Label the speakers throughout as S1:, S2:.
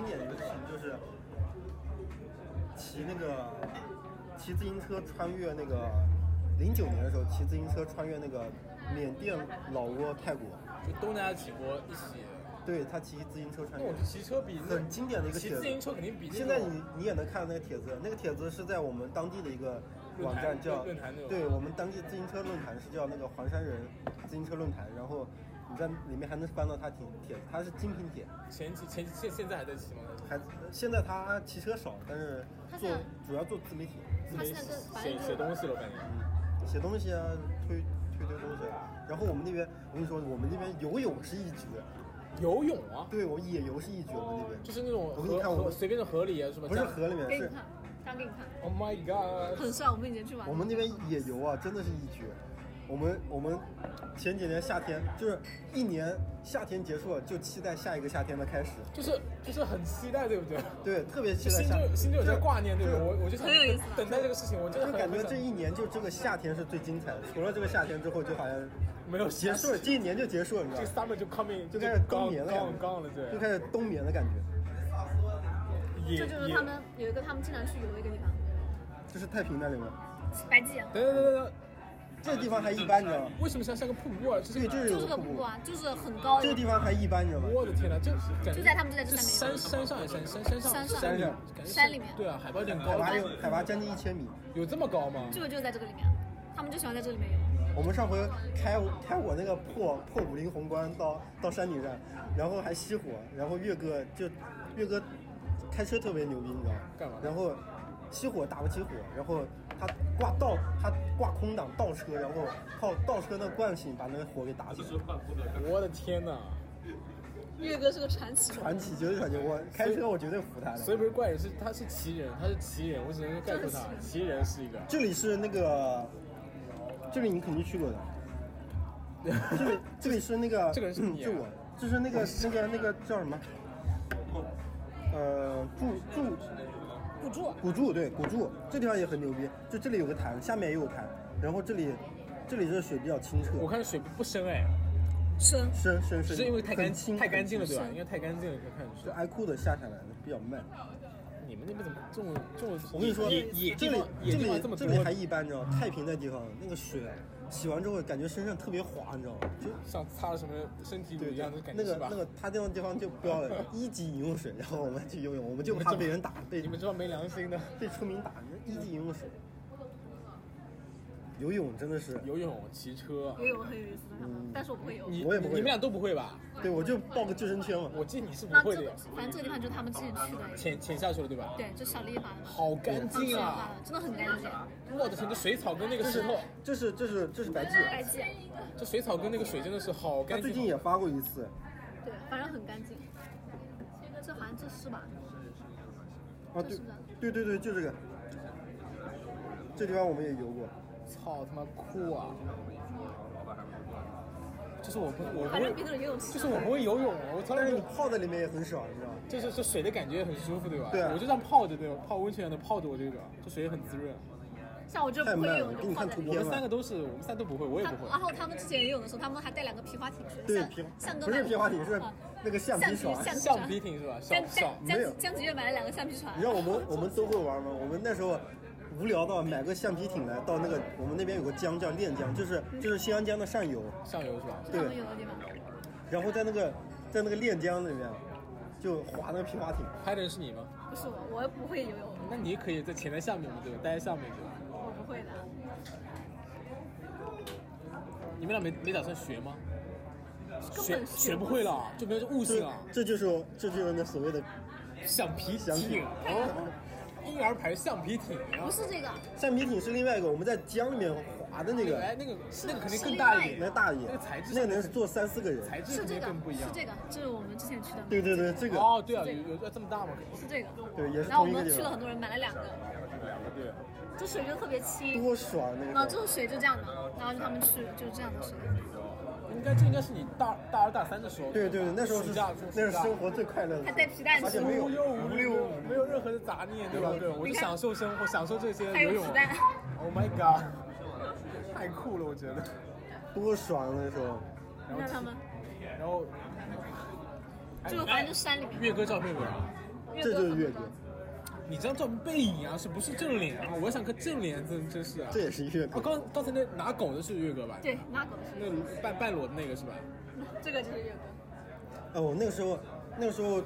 S1: 就是骑那个骑自行车穿越那个零九年的时候，骑自行车穿越那个缅甸、老挝、泰国，
S2: 就东南亚几国一起。
S1: 对他骑自行车穿
S2: 那
S1: 越
S2: 我觉。得骑车比那
S1: 很经典的一个
S2: 骑
S1: 帖子
S2: 自行车肯定比那
S1: 现在
S2: 种
S1: 你你也能看到那个帖子，那个帖子是在我们当地的一个
S2: 论
S1: 网
S2: 坛
S1: 站叫
S2: 论论坛那种
S1: 对我们当地自行车论坛是叫那个黄山人自行车论坛，然后你在里面还能翻到他帖帖子，他是精品帖，
S2: 前几前现现在还在骑吗？
S1: 还现在他骑车少，但是
S3: 他
S1: 做
S3: 现在
S1: 主要做自媒体，
S2: 自
S3: 他
S2: 媒
S3: 现
S2: 体
S3: 在跟反
S2: 写写
S3: 正就是
S2: 东西了，我感觉。
S1: 嗯，写东西啊，推推推东西啊，然后我们那边我跟你说，我们那边游泳是一绝，
S2: 游泳啊，
S1: 对我野游是一绝，我们那边
S2: 就是那种
S1: 我给你
S2: 河
S1: 看我
S2: 河
S1: 们
S2: 随便的河里啊，什么
S1: 不是
S2: 这样
S1: 河里面
S3: 哦给你
S1: 是
S3: 看，刚给你看，
S2: Oh my god！
S3: 很帅。我们以前去玩，
S1: 我们那边野游啊，真的是一绝。我们我们前几年夏天，就是一年夏天结束了，就期待下一个夏天的开始。
S2: 就是就是很期待，对不对？
S1: 对，特别期待
S2: 心
S1: 夏
S2: 就心就有这
S1: 对
S2: 挂念，对不对？
S1: 就
S2: 我我就想
S3: 很有意思啊
S2: 等待这个事情，我真
S1: 就
S2: 的很
S1: 感觉
S2: 很
S1: 这一年就这个夏天是最精彩的，除了这个夏天之后，就好像
S2: 没有
S1: 结束了，这一年就结束了，你知道
S2: 这
S1: 吗？
S2: summer 就 coming
S1: 就开始冬眠了感
S2: 杠
S1: 觉，
S2: 杠了，对，
S1: 就开始冬眠的感觉，
S2: 野
S3: 这就是他。们有一个他们经常去游的一个地方，
S1: 就是太平那里面，
S3: 白济啊，
S2: 野等等等等，
S1: 这个地方还一般，你知道吗？
S2: 为什么像像个瀑布啊？就是
S1: 对，就是
S3: 就
S1: 有
S3: 是
S1: 个
S3: 个瀑
S1: 瀑
S3: 布
S1: 布，
S3: 啊，就是很高
S1: 这
S3: 一
S1: 个
S3: 个，
S1: 地方还一般，你知道吗？
S2: 我的天呐，这感觉
S3: 就在他们就在这上
S2: 山山
S3: 面
S2: 上也山山山上
S3: 山上
S2: 山
S1: 山
S2: 里
S1: 上
S2: 感觉是
S3: 山里面
S2: 对啊，海拔有点
S1: 海
S2: 高，
S1: 拔有海拔将近一千米，
S2: 有这么高吗？
S3: 就就在这个里面，他们就喜欢在这里面游。
S1: 我们上回开我开我那个破破五菱宏光到到山顶上，然后还熄火，然后岳哥就岳哥开车特别牛逼，你知道吗？
S2: 干嘛
S1: 然后熄火打不起火，然后他挂倒他挂空挡倒车，然后靠倒车那惯性把那个火给打起来。
S2: 我的天呐，
S3: 岳哥是个传奇，
S1: 传奇绝对传奇，我开车我绝对服他的。
S2: 所以不是怪人，是他是奇人，他是奇人，我只能概括他，奇人是一个。
S1: 这里是那个，这里你肯定去过的。这里这里是那个， 嗯
S2: 这个人是你啊
S1: 就我，就是那个那个那个叫什么？呃，柱柱
S3: 古柱，
S2: 啊
S1: 古柱对古柱，这地方也很牛逼。就这里有个潭，下面也有潭，然后这里这里这水比较清澈，
S2: 我看水不深哎，
S3: 深，
S1: 深深
S2: 只
S1: 深，
S2: 是因为太干
S1: 很清
S2: 太干净了
S1: 很清
S2: 对吧？因为太干净了，可以看得出
S1: 就
S2: 来。
S1: 挨裤的下下来的比较慢。
S2: 你们那边怎么这种这种？
S1: 我跟你说，
S2: 野野
S1: 这
S2: 地
S1: 里
S2: 方野
S1: 这
S2: 地方
S1: 里
S2: 这么
S1: 这
S2: 多，
S1: 里还一般，你知道吗？太平那地方那个水啊，洗完之后感觉身上特别滑，你知道吗？就
S2: 像擦了什么身体乳
S1: 对
S2: 一样的感
S1: 那
S2: 觉
S1: 个
S2: 是吧
S1: 那？个他那种地方就不要了，一级饮用水，然后我们去游泳，我们就怕被人打，被
S2: 你们这帮没良心的，
S1: 被村民打，一级饮用水。游泳真的是，
S2: 游泳、骑车，
S3: 游泳很有意思的，他们，但是我不会游。
S2: 你
S1: 我也不会
S2: 你们俩都不会吧？
S1: 对我就报个救生圈嘛。
S2: 我记得你是不
S3: 那
S2: 会
S3: 这
S2: 的
S3: 个
S2: 呀，
S3: 反正这个地方就是他们之前去的，
S2: 潜潜下去了对吧？
S3: 对，就小丽发的，
S2: 好干
S3: 上次
S2: 净啊！
S3: 发的，真的很干净。
S2: 我的天，这水草跟那个石头，
S1: 这是这是这是白鲫，
S3: 白济，
S2: 这水草跟那个水真的是好
S1: 他
S2: 干
S1: 最近
S2: 净。啊
S1: 也发过一次，
S3: 对，反正很干净。这好像这是吧？
S1: 啊
S3: 这是不
S1: 对对对对，就这个，这地方我们也游过。
S2: 操他妈酷啊！就是我不我不
S3: 反正
S2: 会
S3: 比，那种游泳池
S2: 就是我不会游泳，我从来
S1: 但
S2: 没
S1: 是你
S2: 有。
S1: 泡在里面也很爽，你知道吗？
S2: 就是这水的感觉也很舒服，对吧？
S1: 对啊
S2: 我就这样泡着，对吧？泡温泉的泡着我这个，这水也很滋润。啊
S3: 像我这不
S1: 太
S3: 会游
S1: 慢了给
S3: 泳，
S1: 你
S3: 就泡
S1: 看
S3: 在
S1: 图
S3: 里
S2: 我
S3: 面。
S2: 们三个都是，我们三都不会，我也
S3: 他
S2: 不会
S3: 然。后他们之前游泳的时候，他们还带两个皮划艇去，
S1: 对，
S3: 像
S1: 皮
S3: 像个
S1: 不是
S3: 买
S1: 皮划艇，是
S3: 啊
S1: 那个橡
S3: 橡
S1: 皮
S3: 皮
S1: 船。
S3: 橡皮
S2: 橡皮艇是吧？小
S3: 江
S2: 小
S3: 江
S1: 没有
S3: 江江子月买了两个橡皮 船
S1: 你，知道我们我们都会玩吗？我们那时候无聊到买个橡皮艇来，到那个我们那边有个江叫练江，就是就是新安江的上游，
S2: 上游是吧？
S3: 是他们
S1: 对，
S3: 游的地方。
S1: 然后在那个在那个练江里面就划那个皮划艇，
S2: 拍的人是你吗？
S3: 不是我，我又不会游泳，
S2: 那你也可以在潜在下面嘛，对吧？待在下面对吧？
S3: 我不会的。
S2: 你们俩没没打算学吗？
S3: 根
S2: 学
S3: 本
S2: 学
S3: 不
S2: 不会了，啊就没有这悟性
S1: 这
S2: 了。
S1: 这就是这就是那所谓的
S2: 橡皮
S1: 橡皮
S2: 艇，哦婴儿牌橡皮艇啊
S3: 不！是这个，
S1: 橡皮艇是另外一个，我们在江里面划的那
S2: 那个
S1: 个
S2: 哎，那个那个肯定更大一
S1: 那
S2: 点，
S1: 大一点
S2: 那个材质，
S1: 那个能坐三四个人。
S2: 材质
S3: 是
S2: 肯
S3: 这
S2: 定
S3: 个
S2: 更不，一
S3: 是
S2: 样。
S3: 这个，这是我们之前去的，
S1: 对对对，这个
S2: 哦，对啊，有有这么大吗？
S3: 是这个。
S1: 对也是
S3: 然后
S1: 同
S3: 我
S1: 一个
S3: 们
S1: 地
S3: 去了
S1: 方，
S3: 很多人，买了两个，
S2: 对，
S3: 这水就特别清，
S1: 多爽那
S3: 然后
S1: 个
S3: 这
S1: 时候。
S3: 种水就这样的，然后他们去就是这样的水。
S2: 应该这应该是你大大二大三的时候。
S1: 对对对，那时候是
S2: 暑假，暑
S1: 那是
S2: 假
S1: 生活最快乐的时
S3: 还
S1: 候，
S3: 带皮带
S1: 而且
S3: 去
S1: 没有
S2: 无忧
S1: 无
S2: 无
S1: 忧
S2: 虑
S1: 无虑，
S2: 没有任何的杂念，对吧？对，我就享受生活，享受这些
S3: 还有
S2: 游泳
S3: 子。弹
S2: Oh my god，太酷了，我觉得。
S1: 多爽那时候。
S3: 那他们
S2: 然后，
S3: 就反正就山里面
S2: 岳哥照片有没有？
S3: 有越
S1: 这
S3: 哥
S1: 就是
S3: 怎么
S1: 越
S3: 装
S1: 哥
S2: 你这张照片背影啊，是不是正脸啊？我想看正脸，真真是啊。
S1: 这也是越
S2: 我
S1: 哥。
S2: 刚刚才那拿狗的是月哥吧？，
S3: 对，那狗是，
S2: 那半半裸的那个是吧？
S3: 这个就是越哥，
S1: 啊，我那个时候，那个时候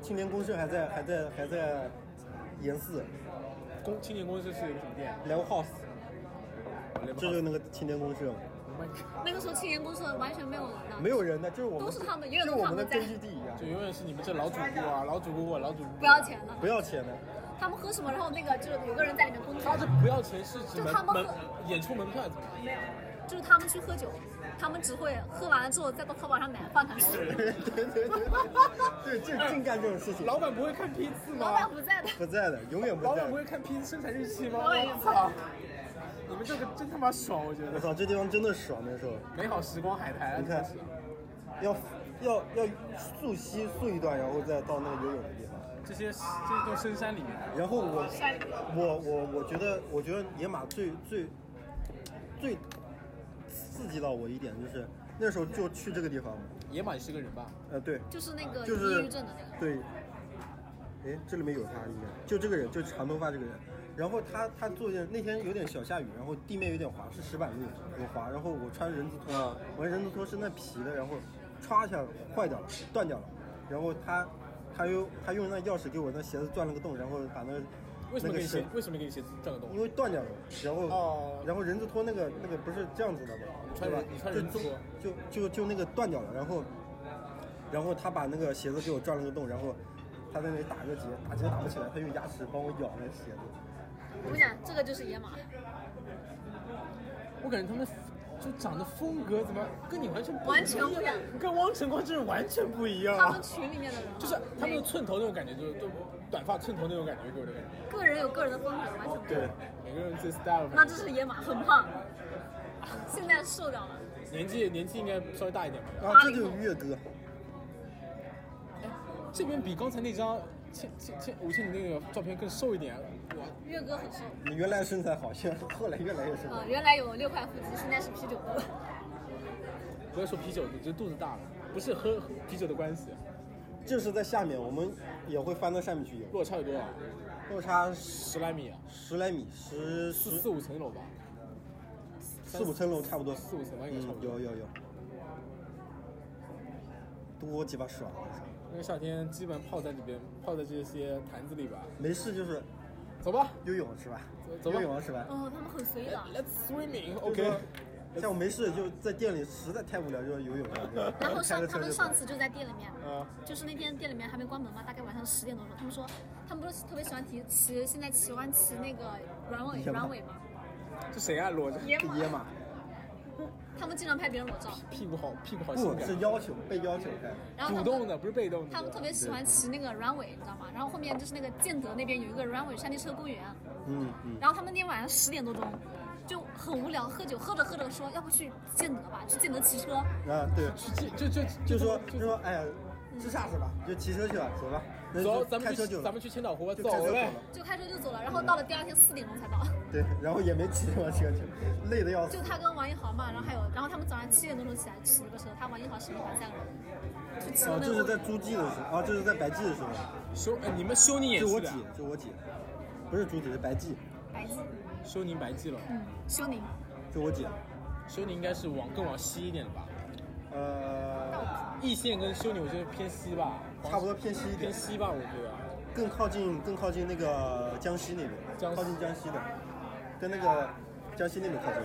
S1: 青年公社还在还在还在研四
S2: 公青年公司是一个什么店？
S1: ，Live House，
S2: 我
S1: 这就是那个青年公社，
S3: 那个时候青年公社完全没有人的，
S1: 没有人的，就是我们
S3: 都是他们
S1: 就
S3: 越
S1: 是
S3: 哥
S1: 我
S3: 他
S1: 们的
S3: 们在
S1: 根，据地一样
S2: 就，永远是你们这老主顾啊，老主顾啊，老主顾。
S3: 不要。钱了，
S1: 不要钱的。
S3: 他们喝什么，然后那个就是有个人在里面工作
S2: 他，这不要钱是指
S3: 就
S2: 门
S3: 他们
S2: 门
S3: 喝
S2: 演出门票怎么？
S3: 没有，就是他们去喝酒，他们只会喝完了之后再到淘宝上买饭团吃，
S1: 对对对对，对，就净干这种事情。
S2: 老板不会看批次
S3: 老板
S2: 吗？
S3: 不在的，
S1: 不在的，永远不
S2: 老
S1: 在
S2: 板不
S1: 的。
S2: 会看批次生产日期吗？
S3: 老板
S2: 我操！你们这个真他妈爽，我觉
S1: 我
S2: 得。
S1: 操，这地方真的爽，那时候
S2: 美好时光海苔啊，
S1: 你看
S2: 真是
S1: 要要要溯溪溯一段，然后再到那个游泳的地方。
S2: 这些这都深山里面。
S1: 然后我
S3: 下一个
S1: 我我我觉得，我觉得野马最最最刺激到我一点就是那时候就去这个地方，
S2: 野马也是个人吧？
S1: 呃，对，
S3: 就是那个
S1: 就是
S3: 抑郁症的那个，
S1: 对，哎，这里面有他应该就这个人，就长头发这个人。然后他他做一件那天有点小下雨，然后地面有点滑，是石板路，我滑，然后我穿人字拖，
S2: 啊
S1: 我人字拖是那皮的，然后歘一下坏掉了，断掉了。然后他他又他用那钥匙给我那鞋子钻了个洞，然后把那
S2: 为
S1: 那
S2: 什么
S1: 个
S2: 给你
S1: 绳
S2: 鞋？为什么给你鞋子转个洞？
S1: 因为断掉了，然后、
S2: 哦
S1: 然后人字拖那个那个不是这样子的吗？对
S2: 穿
S1: 吧
S2: 人？你穿人字拖
S1: 就就就就那个断掉了，然后然后他把那个鞋子给我钻了个洞，然后他在那里打个结，打结打不起来，他用牙齿帮我咬那鞋子。
S3: 我跟你讲，这个就是野
S2: 啊
S3: 马，
S2: 我感觉他们就长得风格怎么跟你完全不
S3: 完全不一样，
S2: 跟汪晨光真是完全不一样
S3: 他
S2: 啊
S3: 们！群里面的人啊
S2: 就是他们的寸头那种感觉，就是就短发寸头那种感觉给我的感觉。
S3: 个人有个人的风格，完全不一样。
S1: 对，
S2: 每个人自己 style
S3: 那这是野马，很胖，现在瘦掉了。
S2: 年纪年纪应该稍微大一点吧。
S1: 然啊后这就是月哥，
S2: 这边比刚才那张倩倩倩吴倩的那个照片更瘦一点，啊我
S3: 月哥很瘦，
S1: 你原来身材好，现在后来越来越瘦。
S3: 啊，原来有六块腹肌，现在是啤酒肚。
S2: 不要说啤酒，就肚子大了，不是喝喝啤酒的关系。啊
S1: 这是在下面，我们也会翻到下面去游，
S2: 落差有多少？
S1: 落差十
S2: 十来米啊，
S1: 十来米，十
S2: 四
S1: 十
S2: 四五层楼吧，
S1: 四五层楼差不多。
S2: 四五层吧应该差
S1: 嗯
S2: 不，多。
S1: 有有有，多鸡巴爽啊！我操
S2: 那个夏天基本泡在里边，泡在这些坛子里吧。
S1: 没事就是
S2: 走吧
S1: 游泳是吧？
S2: 走吧
S1: 游泳是吧？
S3: 哦，他们很随意的。
S2: ，Let's
S1: 就
S2: swimming。
S1: 是
S2: OK，
S1: 说像我没事就在店里实在太无聊，就游泳了。
S3: 然后
S1: 开
S3: 上
S1: 个
S3: 他
S1: 车
S3: 们
S1: 就啊
S3: 上次就在店里面，
S2: 呃，
S3: 就是那天店里面还没关门嘛，大概晚上十点多钟，他们说他们不是特别喜欢骑骑，现在喜欢骑那个软尾
S1: 野马
S3: 软尾嘛，
S2: 这谁啊？裸着
S3: 野
S1: 走
S3: 马，
S1: 野马，
S3: 他们经常拍别人裸照，
S2: 屁股好，屁股好性
S1: 不
S2: 感啊
S1: 是。要求被要求开。
S3: 然后
S2: 主
S3: 他
S2: 动
S3: 们。
S2: 的，不是被动的。
S3: 他们特别喜欢骑那个软尾，你知道吗？然后后面就是那个建德那边有一个软尾山地车公园，
S1: 嗯嗯，
S3: 然后他们那天晚上十点多钟就很无聊，喝酒喝着喝着说要不去建德吧，去建德骑车。
S1: 啊对，
S2: 就就就
S1: 就说
S2: 就
S1: 就说哎呀，自杀是吧？就骑车去吧，走吧。那就
S2: 走，咱
S1: 开
S2: 们
S1: 车
S2: 去
S1: 就
S2: 咱们去千岛湖吧，
S1: 就
S2: 走
S1: 开车走
S2: 呗
S1: 了。。
S3: 就开车就走了，然后到了第二天四点钟才到。
S1: 对，然后也没骑什么车去，累的要死
S3: 就。他跟王一豪嘛，然后还有，然后他们早上七点多钟起来骑了个车，他王一豪、沈一凡三个人去骑
S1: 哦，
S3: 那
S1: 这是在
S3: 个。
S1: 诸暨的时候，哦，这是在白暨的时候，
S2: 修，哎你们修你也
S1: 就是我
S2: 的
S1: 姐，就我姐，不是诸暨，是白暨，
S3: 白记，
S2: 修宁白记了，
S3: 嗯，休宁，
S1: 就我姐。
S2: 修宁应该是往更往西一点的吧。
S1: 呃，
S2: 易县跟修宁我觉得偏西吧，
S1: 差不多偏西一点
S2: 偏，西吧，我觉得。
S1: 更靠近更靠近那个江西那边，
S2: 江西
S1: 靠近江西的，跟那个江西那边靠近。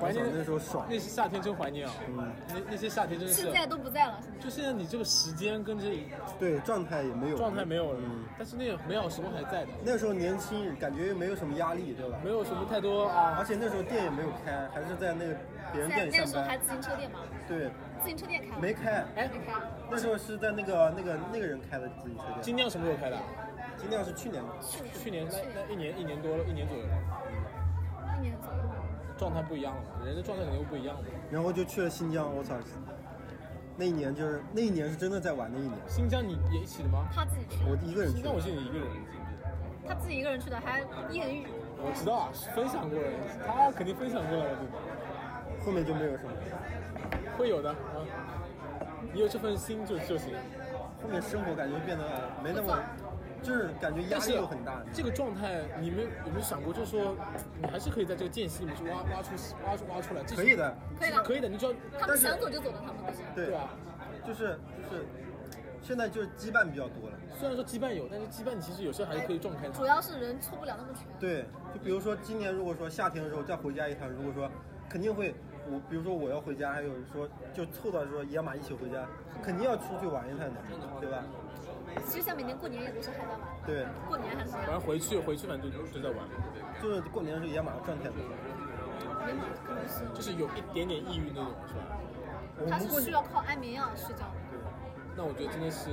S2: 怀
S1: 我
S2: 念
S1: 操那时候爽
S2: 那，些夏天真怀念啊，
S1: 嗯，
S2: 那那些夏天真的是
S3: 现。在都不在了，现在
S2: 就现在你这个时间跟这
S1: 对，状态也没有，
S2: 状态没有了
S1: 嗯，
S2: 但是那个美好时光还在的，
S1: 那时候年轻，感觉又没有什么压力，对吧？
S2: 没有什么太多啊
S1: 而且那时候店也没有开，还是在那个别人
S3: 在
S1: 店里
S3: 那
S1: 上
S3: 个时候还
S1: 班。
S3: 自行车店嘛，
S1: 对，
S3: 自行车店开了，
S1: 没开。
S2: 哎
S3: 没开，
S1: 那时候是在那个那个那个人开的自行车店。
S2: 精酿什么时候开的啊？
S1: 金亮是去年的，
S3: 去年
S2: 去年那
S3: 去
S2: 那一年一年多了，一年左右了，
S3: 年一年左右，
S2: 状态不一样了嘛，人的状态肯定会不一样的。
S1: 然后就去了新疆。我操，那一年就是那一年是真的在玩的一年，
S2: 新疆你也一起的吗？
S3: 他自己去
S1: 我
S3: 的，
S1: 一个人
S2: 新
S1: 去
S2: 疆
S1: 的
S2: 我。记得你一个人，
S3: 他自己一个人去的，还艳遇，
S2: 我知道啊，分享过了，他肯定分享过了，对吧？
S1: 后面就没有什么，
S2: 会有的啊。你有这份心就就行，
S1: 后面生活感觉变得没那么，就是感觉压
S2: 但
S1: 力
S2: 是
S1: 又很大。
S2: 这个状态，你们有没有想过，就是说，你还是可以在这个间隙里面去挖挖出挖出挖出来，这是
S1: 可以，的，
S3: 可以了，
S2: 可以的，你只要
S3: 他
S1: 但
S3: 们
S1: 是
S3: 想走就走的，他们都是。
S1: 对
S2: 对，啊吧？
S1: 就是就是，现在就是羁绊比较多了。
S2: 虽然说羁绊有，但是羁绊其实有时候还是可以撞开的。
S3: 主要是人搓不了那么全。
S1: 对，就比如说今年如果说夏天的时候再回家一趟，如果说肯定会，我比如说我要回家，还有说就凑到说野马一起回家，肯定要出去玩一趟的，对吧？
S3: 其实像每年过年也都是还在玩，
S1: 对，
S3: 过年还是
S1: 嗯
S2: 反正回去回去反正就就在玩，
S1: 就是过年的时候野马状态不错。
S3: 没马可能是，
S2: 就是有一点点抑郁那种，是吧？
S1: 我
S3: 他
S1: 们过
S3: 是需
S1: 年
S3: 要靠安眠药睡觉的，
S2: 那我觉得真的是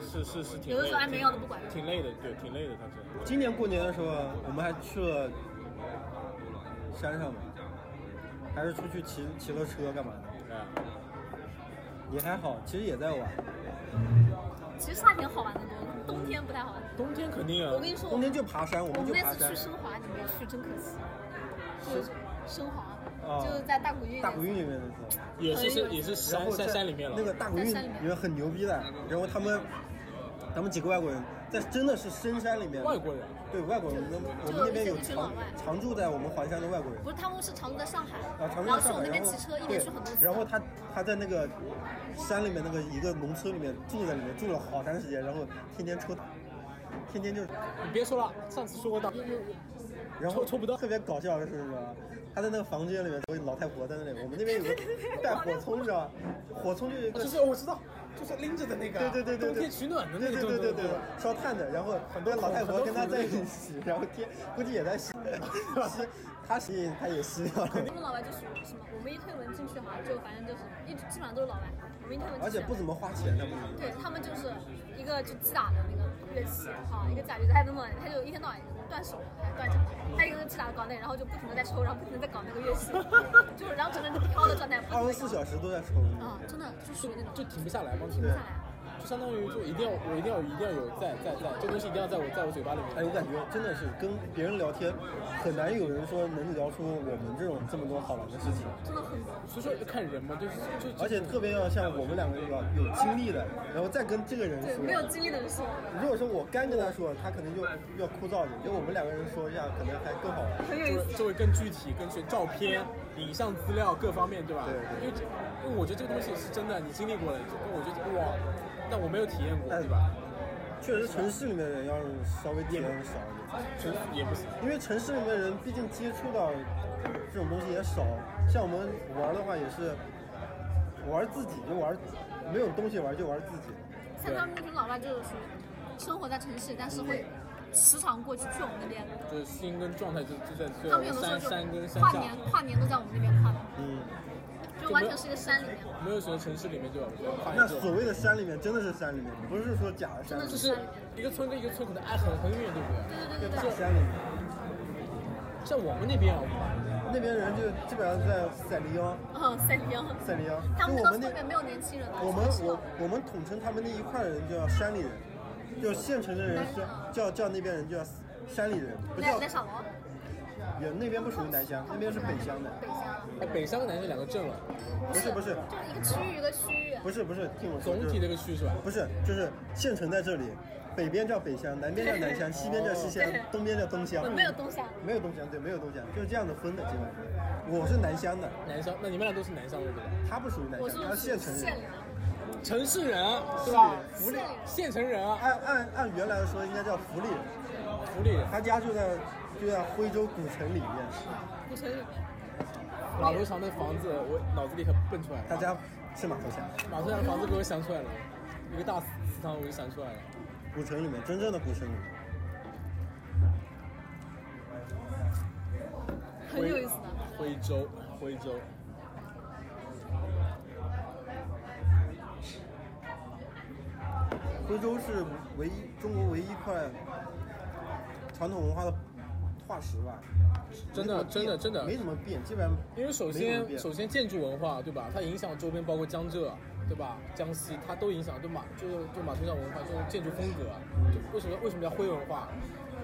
S2: 是是是挺
S3: 有
S2: 累
S3: 的时候
S2: 的，
S3: 安眠药都不管用。
S2: 挺累的，对，挺累的，他是。
S1: 今年过年的时候，我们还去了山上嘛，还是出去骑骑了车干嘛的，
S2: 哎，
S1: 也还好，其实也在玩。
S3: 其实夏天好玩的多，冬天不太好玩。
S2: 冬天肯定啊
S3: 我，跟你说，我
S1: 嗯冬天
S3: 们
S1: 就爬山，我
S3: 我
S1: 们
S3: 们
S1: 就
S3: 那
S1: 爬
S3: 次
S1: 山
S3: 去。升华，你没去，真可惜。就是升华
S1: 啊，
S3: 就是在大古运。
S1: 大古运里面那次，
S2: 也是是
S3: 可以
S2: 也是
S1: 然
S2: 山
S1: 后
S2: 山
S1: 在
S2: 山里面了。
S1: 那个大古运
S3: 在山里面
S1: 里面很牛逼的，然后他们咱们几个外国人在真的是深山里面，
S2: 外国人，
S1: 对外国人，我们我
S3: 就
S1: 们那边
S3: 就
S1: 有
S3: 一群
S1: 常
S3: 老外
S1: 常住在我们环山的外国人。
S3: 不是，他们是常住在上海，
S1: 啊，常
S3: 然
S1: 州
S3: 后
S1: 上海，
S3: 去我那
S1: 然
S3: 边
S1: 后
S3: 骑车，一
S1: 对
S3: 年去很多次。
S1: 然后他他在那个山里面那个一个农村里面住在里面住了好长时间，然后天天抽，天天就，
S2: 你别说了，上次说过的，
S1: 然后
S2: 抽抽不到
S1: 特别搞笑的是什么？他在那个房间里面，有老太婆在那里，我们那边有 个带火葱知道吧？火葱就有一个
S2: 啊就。是我知道，就是拎着的那个，
S1: 对对对对对，
S2: 冬天取暖的那个，
S1: 对对对对
S2: 对吧。
S1: 烧炭的，然后很多老太婆跟他在一起，然后天估计也在 吸，吸他吸他也吸掉了，
S3: 我们老外就是什么，我们一推门进去哈，就反正就是一直基本上都是老外，我们一推门进去，
S1: 而且不怎么花钱，他们
S3: 对他们就是一个就击打的那个乐器哈，一个假就是他那么他就一天到晚断手还断脚，他一个击打搞那个，然后就不停的在抽，然后不停的在搞那个乐器， 就是然后整个人就飘的状态，不停
S1: 二
S3: 地
S1: 十四小时都在抽。
S3: 搞啊，真的就属于那种
S2: 就停不下来吗？
S3: 停不下来。
S2: 就相当于就一定要我一定要一定要有在在在，这东西一定要在我在我嘴巴里
S1: 哎，我
S2: 面。
S1: 感觉真的是跟别人聊天，很难有人说能聊出我们这种这么多好玩的事情，
S3: 真的很多，
S2: 所以说要看人嘛，就是就就
S1: 而且特别要像我们两个一样有经历的，然后再跟这个人
S3: 对，
S1: 说
S3: 没。有经历的人是我
S1: 如果说我干跟他说，他可能就要枯燥一点，因为我们两个人说一下，可能还更好玩。
S3: 很有
S2: 就
S3: 意
S2: 会
S3: 思。
S2: 就会更具体，更去照片、影像资料各方面，对吧？
S1: 对对
S2: 因为这因为我觉得这个东西是真的，你经历过了，就跟我觉得哇，但我没有体验过，
S1: 哎
S2: 对吧？
S1: 确实，城市里面的人要是稍微体验少一点。
S2: 真也不行。
S1: 因为城市里面的人毕竟接触到这种东西也少，像我们玩的话也是玩自己，就玩没有东西玩就玩自己。
S3: 像他们那群老外就是属于生活在城市，但是会时常过去去我们那边，
S2: 就是心跟状态就就在就
S3: 他们有的时候
S2: 山
S3: 就
S2: 山跟山
S3: 跨
S2: 下，
S3: 年跨年都在我们那边跨的，
S1: 嗯，
S3: 就完全是一个山里面。
S2: 没有什么城市里面就有就有跨
S1: 那
S2: 年这种
S1: 所谓的山里面真的是山里面，不是说假的山里
S3: 真的
S1: 面，
S2: 就是一个村跟一个村可能挨很很远，对不对？
S3: 对对对
S1: 大
S3: 对对，
S1: 山里面。
S2: 像我们那边啊，
S1: 那边人就基本上在塞里昂，
S3: 嗯，三幺。
S1: 塞里昂，
S3: 他
S1: 就
S3: 们那
S1: 我
S3: 个
S1: 们那
S3: 村里没有年轻人吧？
S1: 我们
S3: 就是
S1: 我我们统称他们那一块人叫山里人，就县城的人是叫叫那边人叫山里人，不
S3: 那
S1: 叫
S3: 那啥了？
S1: 也那边不属于南乡，那边是北乡的。
S3: 北乡，
S2: 哎北山和南山两个镇了，
S1: 不是不是
S3: 啊就是一个区域一个区域。
S1: 不是不是，听我说，
S2: 总
S1: 就是
S2: 体这个区是吧？
S1: 不是，就是县城在这里，北边叫北乡，南边叫南乡，西边叫西乡
S3: 对，
S1: 东边叫东乡。
S3: 没有东乡，啊
S1: 没有东啊乡，对，没有东乡，就是这样的分的，基本上。我是南乡的，
S2: 南山，那你们俩都是南山对不对？
S1: 他不属于南
S3: 我
S1: 乡，他
S3: 是
S1: 是县城
S3: 县
S1: 人
S3: 里。的，
S2: 城市人啊，对吧？
S1: 福利，
S2: 县城人啊，
S1: 按按按原来说应该叫福利人，
S2: 福利人，
S1: 他家就在就在徽州古城里面，
S3: 古城里面。
S2: 马头桥那房子，我脑子里可蹦出来了。
S1: 他家是马头峡，
S2: 马头桥房子给我想出来了，一个大祠堂我就想出来了。
S1: 古城里面真正的古城里面。
S3: 很有意思的。
S2: 徽州，徽州，
S1: 徽州是唯一中国唯一一块传统文化的化石吧，
S2: 真的
S1: 没怎么变
S2: 真的真的
S1: 没怎么变，基本上
S2: 因为首
S1: 没怎么
S2: 先
S1: 变
S2: 首先建筑文化对吧？它影响周边，包括江浙对吧？江西它都影响，就马就就马头桥文化，就是建筑风格，就为什么为什么叫徽文化？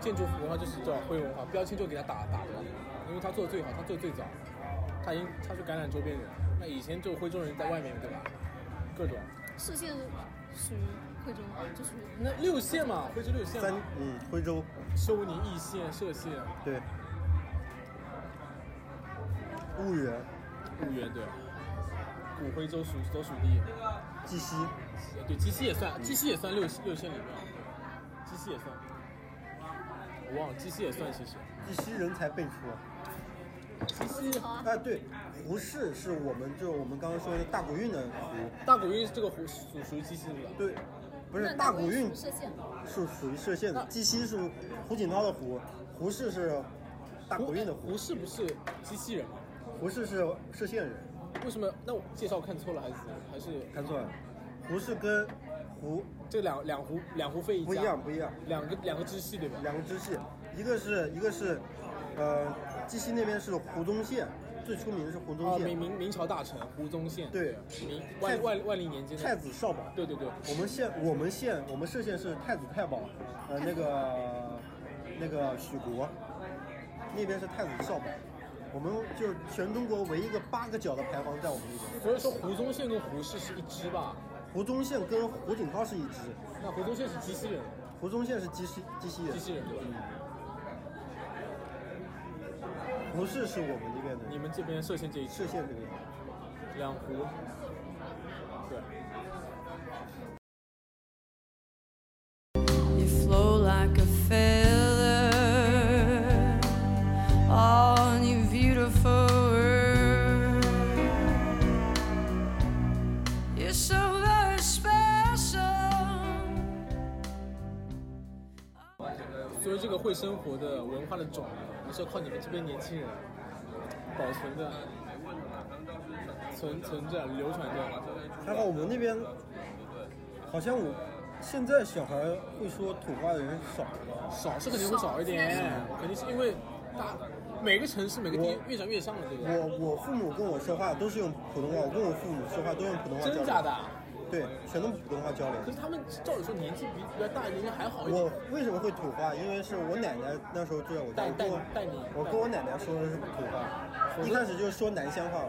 S2: 建筑文化就是叫徽文化，标签就给它打打了，因为它做的最好，它做的最早。它影它去感染周边人。那以前就徽州人在外面对吧？各种。
S3: 泗县属于惠州吗？就属于
S2: 那六县嘛，徽州六县
S1: 三
S2: 嘛，
S1: 嗯，徽州，
S2: 休宁、易县、歙县、
S1: 对，婺源、
S2: 婺源对。古徽州属所属地，
S1: 鸡西，
S2: 呃对，鸡西也
S1: 嗯
S2: 算，鸡西也算六六县里面，鸡西也算，我忘了，鸡西也算其实，
S1: 鸡西人才辈出。啊
S2: 鸡西
S3: 好啊，
S1: 哎，对，胡适是我们就是我们刚刚说的大古运的胡，
S2: 大古运这个湖属属于鸡西是吧？
S1: 对，不是
S3: 那
S1: 大古运
S3: 歙县，
S1: 是属于歙县
S2: 呃
S1: 的，鸡西是胡锦涛的胡，胡适是大古运的
S2: 胡
S1: 胡，
S2: 适不是鸡西人吗？啊
S1: 胡适是歙县人，
S2: 为什么？那我介绍看错了还是还是
S1: 看错了，胡适跟胡
S2: 这两两湖两湖非一家？
S1: 不一样，不一样，
S2: 两个两个支系对吧？
S1: 两个支系，一个是一个是，呃，鸡西那边是胡宗宪，最出名是胡
S2: 哦，
S1: 宗
S2: 明
S1: 宪，
S2: 明明朝大臣胡宗宪，
S1: 对，
S2: 明
S1: 太
S2: 万
S1: 子
S2: 万万历年间的
S1: 太，子少保。
S2: 对对对，
S1: 我们县，我们县，我们歙县是太子太保，呃，那个那个许国，那边是太子少保，我们就是全中国唯一一个八个角的牌坊在我们那边。
S2: 所以说胡宗宪跟胡适是一支吧？
S1: 胡宗宪跟胡锦涛是一支，
S2: 那胡宗宪是鸡西人，
S1: 胡宗宪是鸡西鸡西
S2: 鸡
S1: 人，
S2: 西人对吧？
S1: 胡适是我们这边的
S2: 你们这边歙县这一支
S1: 歙县这边。
S2: 两湖，对，
S4: You flow like a feather on your beautiful world. You're so very special.
S2: 所以这个会生活的文化的种子，还是要靠你们这边年轻人保存着、存存着、流传着。
S1: 还好我们那边，好像我现在小孩会说土话的人少了。
S2: 少是肯定会少一点，肯定是因为大每个城市每个地越长越像了，对不对？
S1: 我我父母跟我说话都是用普通话，我跟我父母说话都用普通话交流。
S2: 真假的啊？
S1: 对，全都普通话交流
S2: 可。是他们照理说年纪比比较大，应该还好一点
S1: 我。为什么会土话？因为是我奶奶那时候就在我家，
S2: 带
S1: 我跟我
S2: 带带你
S1: 我跟我奶奶说的是土话，一开始就是说南乡话，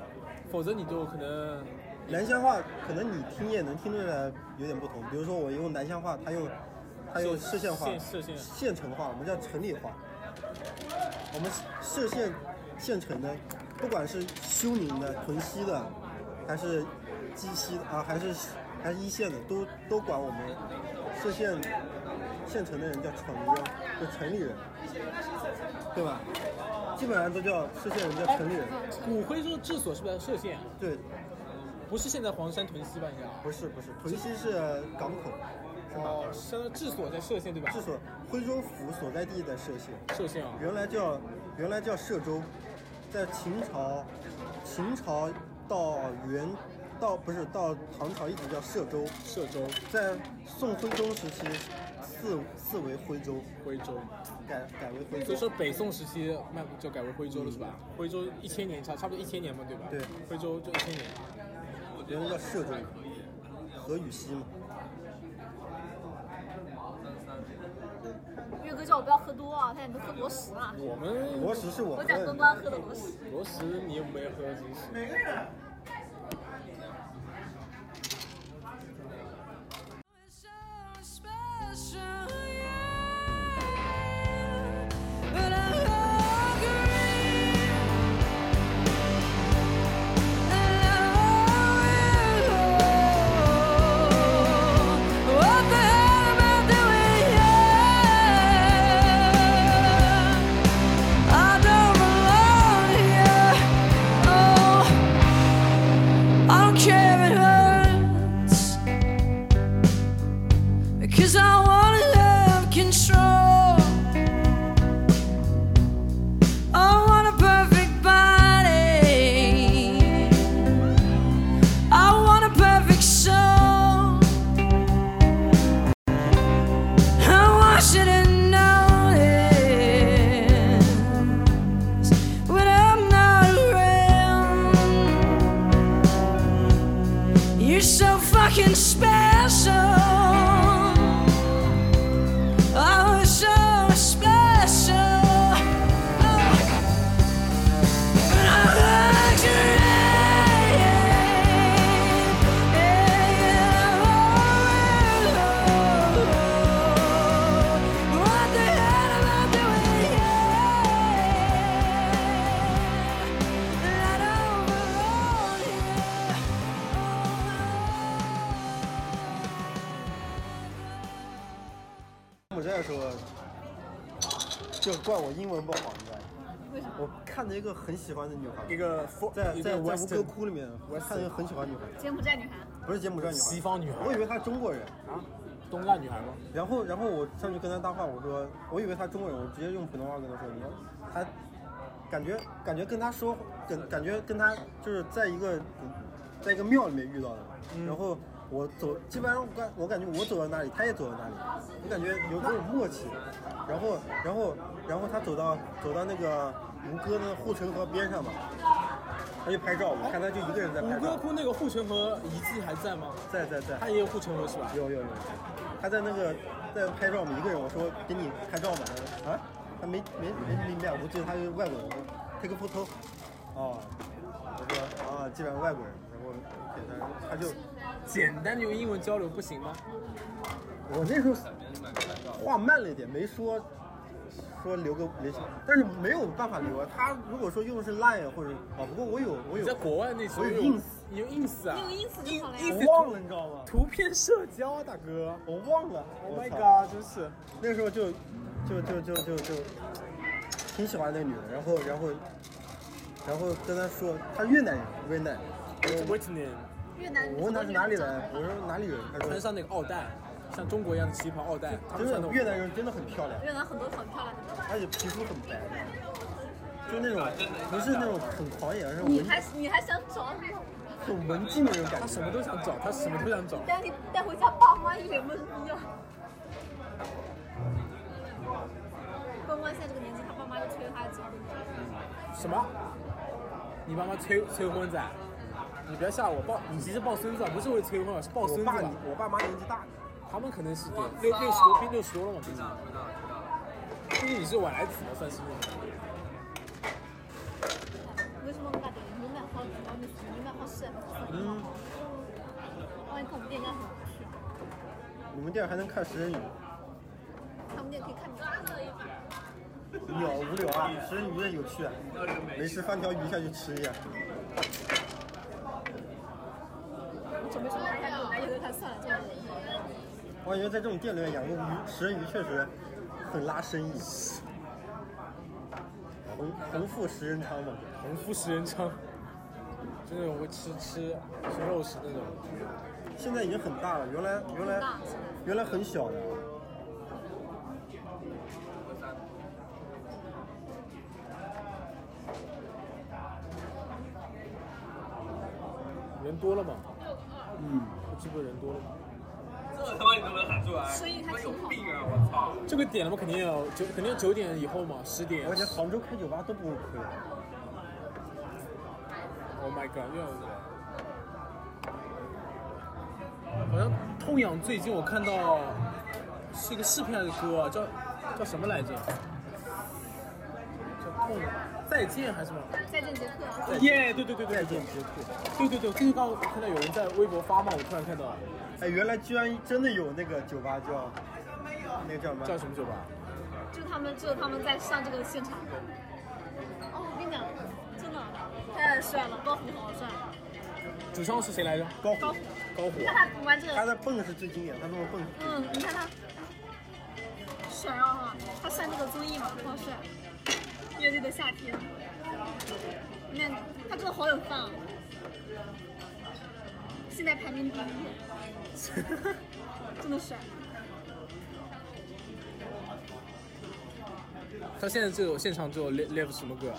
S2: 否则你就可能
S1: 南乡话可能你听也能听出来有点不同。比如说我用南乡话，他用他用歙县话、
S2: 县歙县
S1: 县城话，我们叫城里话。我们歙县县城的，不管是休宁的、屯溪的，还是鸡西的啊，还是还是一线的，都都管我们歙县县城的人叫城里人，就城里人，对吧？基本上都叫歙县人叫城里人。
S3: 嗯
S2: 骨灰州治所是不是在歙县啊？
S1: 对，
S2: 不是现在黄山屯溪吧？应该。
S1: 不是不是，屯溪是港口，是吧？
S2: 哦，相当于治所在歙县对吧？
S1: 治所徽州府所在地在歙县，
S2: 歙县啊。
S1: 原来叫原来叫歙州，在秦朝，秦朝到元到不是到唐朝一直叫歙州，
S2: 歙州、
S1: 在宋徽宗时期，四四为徽州，
S2: 徽州，
S1: 改改为徽
S2: 所以
S1: 州。
S2: 说北宋时期慢慢就改为徽州了，是吧？徽州一千年差差不多一千年嘛，对吧？
S1: 嗯对
S2: 徽州就一千年。
S1: 原来叫歙州，何禹锡嘛。
S3: 岳哥叫我不要喝多啊，他也没喝罗石啊，
S2: 我们
S1: 罗石是我
S3: 我
S1: 们
S3: 在
S1: 的
S3: 关，关喝的罗石。
S2: 罗石你又没喝，真是。
S4: So special, yeah. But I'm hungry, and I What the hell am I doing here? I don't belong here. Oh. Oh,
S1: 我这时候就怪我英文不好，你知道吗？
S3: 为什么？
S1: 我看着一个很喜欢的女孩，
S2: 一个 for,
S1: 在
S2: 一
S1: 在在
S2: 个
S1: 吴哥
S2: Western
S1: 窟里面，我看着一个很喜欢的女孩，
S3: 柬埔寨女孩，
S1: 不是柬埔寨女孩，
S2: 西方女孩
S1: 我以为她中国人，
S2: 啊，东亚女孩吗？
S1: 然后然后我上去跟她搭话，我说我以为她中国人，我直接用普通话跟她说，你看她感觉感觉跟她说，感感觉跟她就是在一个在一个庙里面遇到的，
S2: 嗯
S1: 然后。我走，基本上我感我感觉我走到哪里，她也走到哪里，我感觉有有种默契。然后，然后，然后她走到走到那个吴哥的护城河边上嘛，她就拍照，我看她就一个人在拍
S2: 吴哥
S1: 照，
S2: 窟那个护城河遗迹还在吗？
S1: 在在在。
S2: 它也有护城河是吧？
S1: 有有有，他在那个在拍照嘛，一个人我说给你拍照嘛，他说啊，他没没没明白，我记得他是外国人，我说 take a photo，哦，我说啊，基本上外国人，然后给他，他就
S2: 简单的用英文交流不行吗？
S1: 我那时候话慢了一点，没说说留个联系，但是没有办法留啊，他如果说用的是 line 或者啊，不过我有我
S2: 你
S1: 有
S2: 在国外那时候
S1: 我有
S2: 有
S1: ins
S2: 你有 ins 啊？
S3: 你有 ins 就好了呀
S2: ins
S1: 我忘了，你知道吗？
S2: 图片社交啊，大哥
S1: 我忘了
S2: ！Oh
S1: 我
S2: my
S1: 操
S2: god，真是
S1: 那时候就就就就就就挺喜欢那个女的，然后然后然后跟她说，她越南人，越南。我
S2: Whitney，
S3: 越南。
S1: 我问她是哪里人，我说哪里人，她
S2: 穿
S1: 说
S2: 上那个奥黛，像中国一样的旗袍奥黛，他们
S1: 真
S2: 穿
S1: 的
S2: 的
S1: 越南人真的很漂亮，
S3: 越南很多很漂亮的女
S1: 而且皮肤很白，就那种不是那种很狂野，而是
S3: 你
S1: 文
S3: 还你还想找那种，
S1: 很文静的那种感
S2: 他什
S1: 觉。
S2: 么都想找，他什么都想找。
S3: 但你带回家爸妈一脸懵逼啊！关关现在这个年纪，他爸妈就催他结婚，
S2: 什么？你妈妈催催婚仔？你不要吓我，抱你其实抱孙子啊，不是为了催婚啊，是抱孙
S1: 我
S2: 子
S1: 爸
S2: 吧
S1: 你？我爸妈年纪大，
S2: 他们可能是对六六十多偏六十多了嘛，毕竟。毕竟你是晚来子嘛，算是。
S3: 为什么我们打电话？你买好，然后你你买好吃，嗯，万一看我们店干什么？
S1: 你们店还能看食人鱼？
S3: 他们店可以看你的，
S1: 鸟无聊啊，食人鱼也有趣啊，没事放条鱼下去吃一下。
S3: 我准备说来看，来有的看算了，这样。
S1: 我感觉在这种店里面养个鱼，食人鱼确实很拉生意。红红富食人汤嘛，
S2: 红夫食人鲳，就那种会吃吃吃肉食那种。
S1: 现在已经很大了，原来原 来
S3: 大是吧
S1: 原来很小的。
S2: 人多了嘛，
S1: 嗯，
S2: 直播人多了嘛。
S5: 这他妈你都能喊出来？
S3: 生意还
S5: 他妈有
S3: 挺好
S5: 病啊！我操！
S2: 这个点了嘛，肯定要九，肯定要九点以后嘛，十点。
S1: 我感觉杭州开酒吧都不会亏。
S2: Oh my god，又要来了。好像痛痒最近我看到是一个视频还是歌啊，叫叫什么来着？叫痛再见还是什么？
S3: 再见杰克啊！
S2: 耶、对对对对
S1: 再见之库。
S2: 对对对，最近刚刚看到有人在微博发嘛，我突然看到
S1: 哎，原来居然真的有那个酒吧叫，那个叫什么？
S2: 叫什么酒吧？
S3: 就他们，就他们在上这个现场。哦，我跟你讲，真的太帅了，高虎好帅，
S2: 主唱是谁来着？
S1: 高
S3: 高
S1: 虎
S3: 虎，。
S2: 高虎
S3: 你。看他玩这
S1: 他在
S3: 个，
S1: 蹦是最经典，他那么蹦。
S3: 嗯，你看他帅啊！他上这个综艺嘛，好帅。乐队的夏天，你看他真的好有范啊！现在排名第一，真的帅。
S2: 他现在只有现场只有 live live 什么歌啊？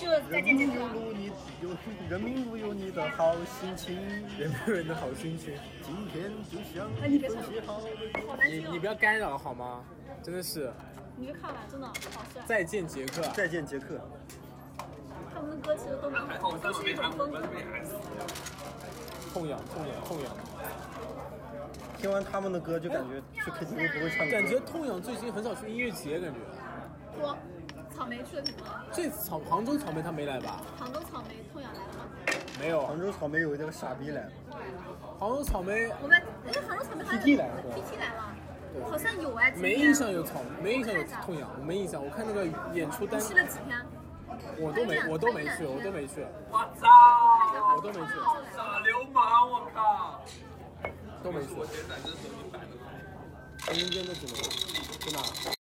S3: 就再
S1: 人
S3: 见杰
S1: 民
S3: 克啊，
S1: 如有你，有人民如有你的好心情。
S2: 人没有人的好心情。
S1: 今天就像
S3: 哎
S1: 一
S3: 你别
S1: 份
S3: 唱
S1: 写好的
S3: 好难
S2: 你
S3: 听
S2: 你不
S3: 啊！
S2: 要干扰好吗？真的是
S3: 你去看吧，真的好帅。
S2: 再见杰克。
S1: 再见，杰克。
S3: 他们的歌其实都蛮
S5: 还
S3: 好
S5: 好，
S3: 都
S5: 上
S3: 是
S5: 没
S3: 一
S5: 喊
S3: 种
S5: 我
S3: 风
S5: 们
S3: 格
S5: 都。没喊死。
S2: 痛痒痛痒痛痒。
S1: 听完他们的歌就感觉去 KTV 不会唱歌。
S2: 感觉痛痒最近很少去音乐节，感觉
S3: 多，草莓去了什么？
S2: 这次草杭州草莓他没来吧？
S3: 杭州草莓痛痒来了吗？
S2: 没有，
S1: 杭州草莓有一个傻逼来了，
S2: 杭州草莓
S3: 我们哎，杭州草莓还
S1: PT 来了是吧
S3: PT 来了，好像有哎，今
S2: 没
S3: 天
S2: 印象有草，没印象有痛痒，我没印象。我看那个演出单
S3: 你，去了几天？
S2: 我都没我都没去，我都没去，
S5: 我操！
S2: 我都没去，
S5: 耍流氓！我靠！
S2: 都没去。民间的只能，真的啊。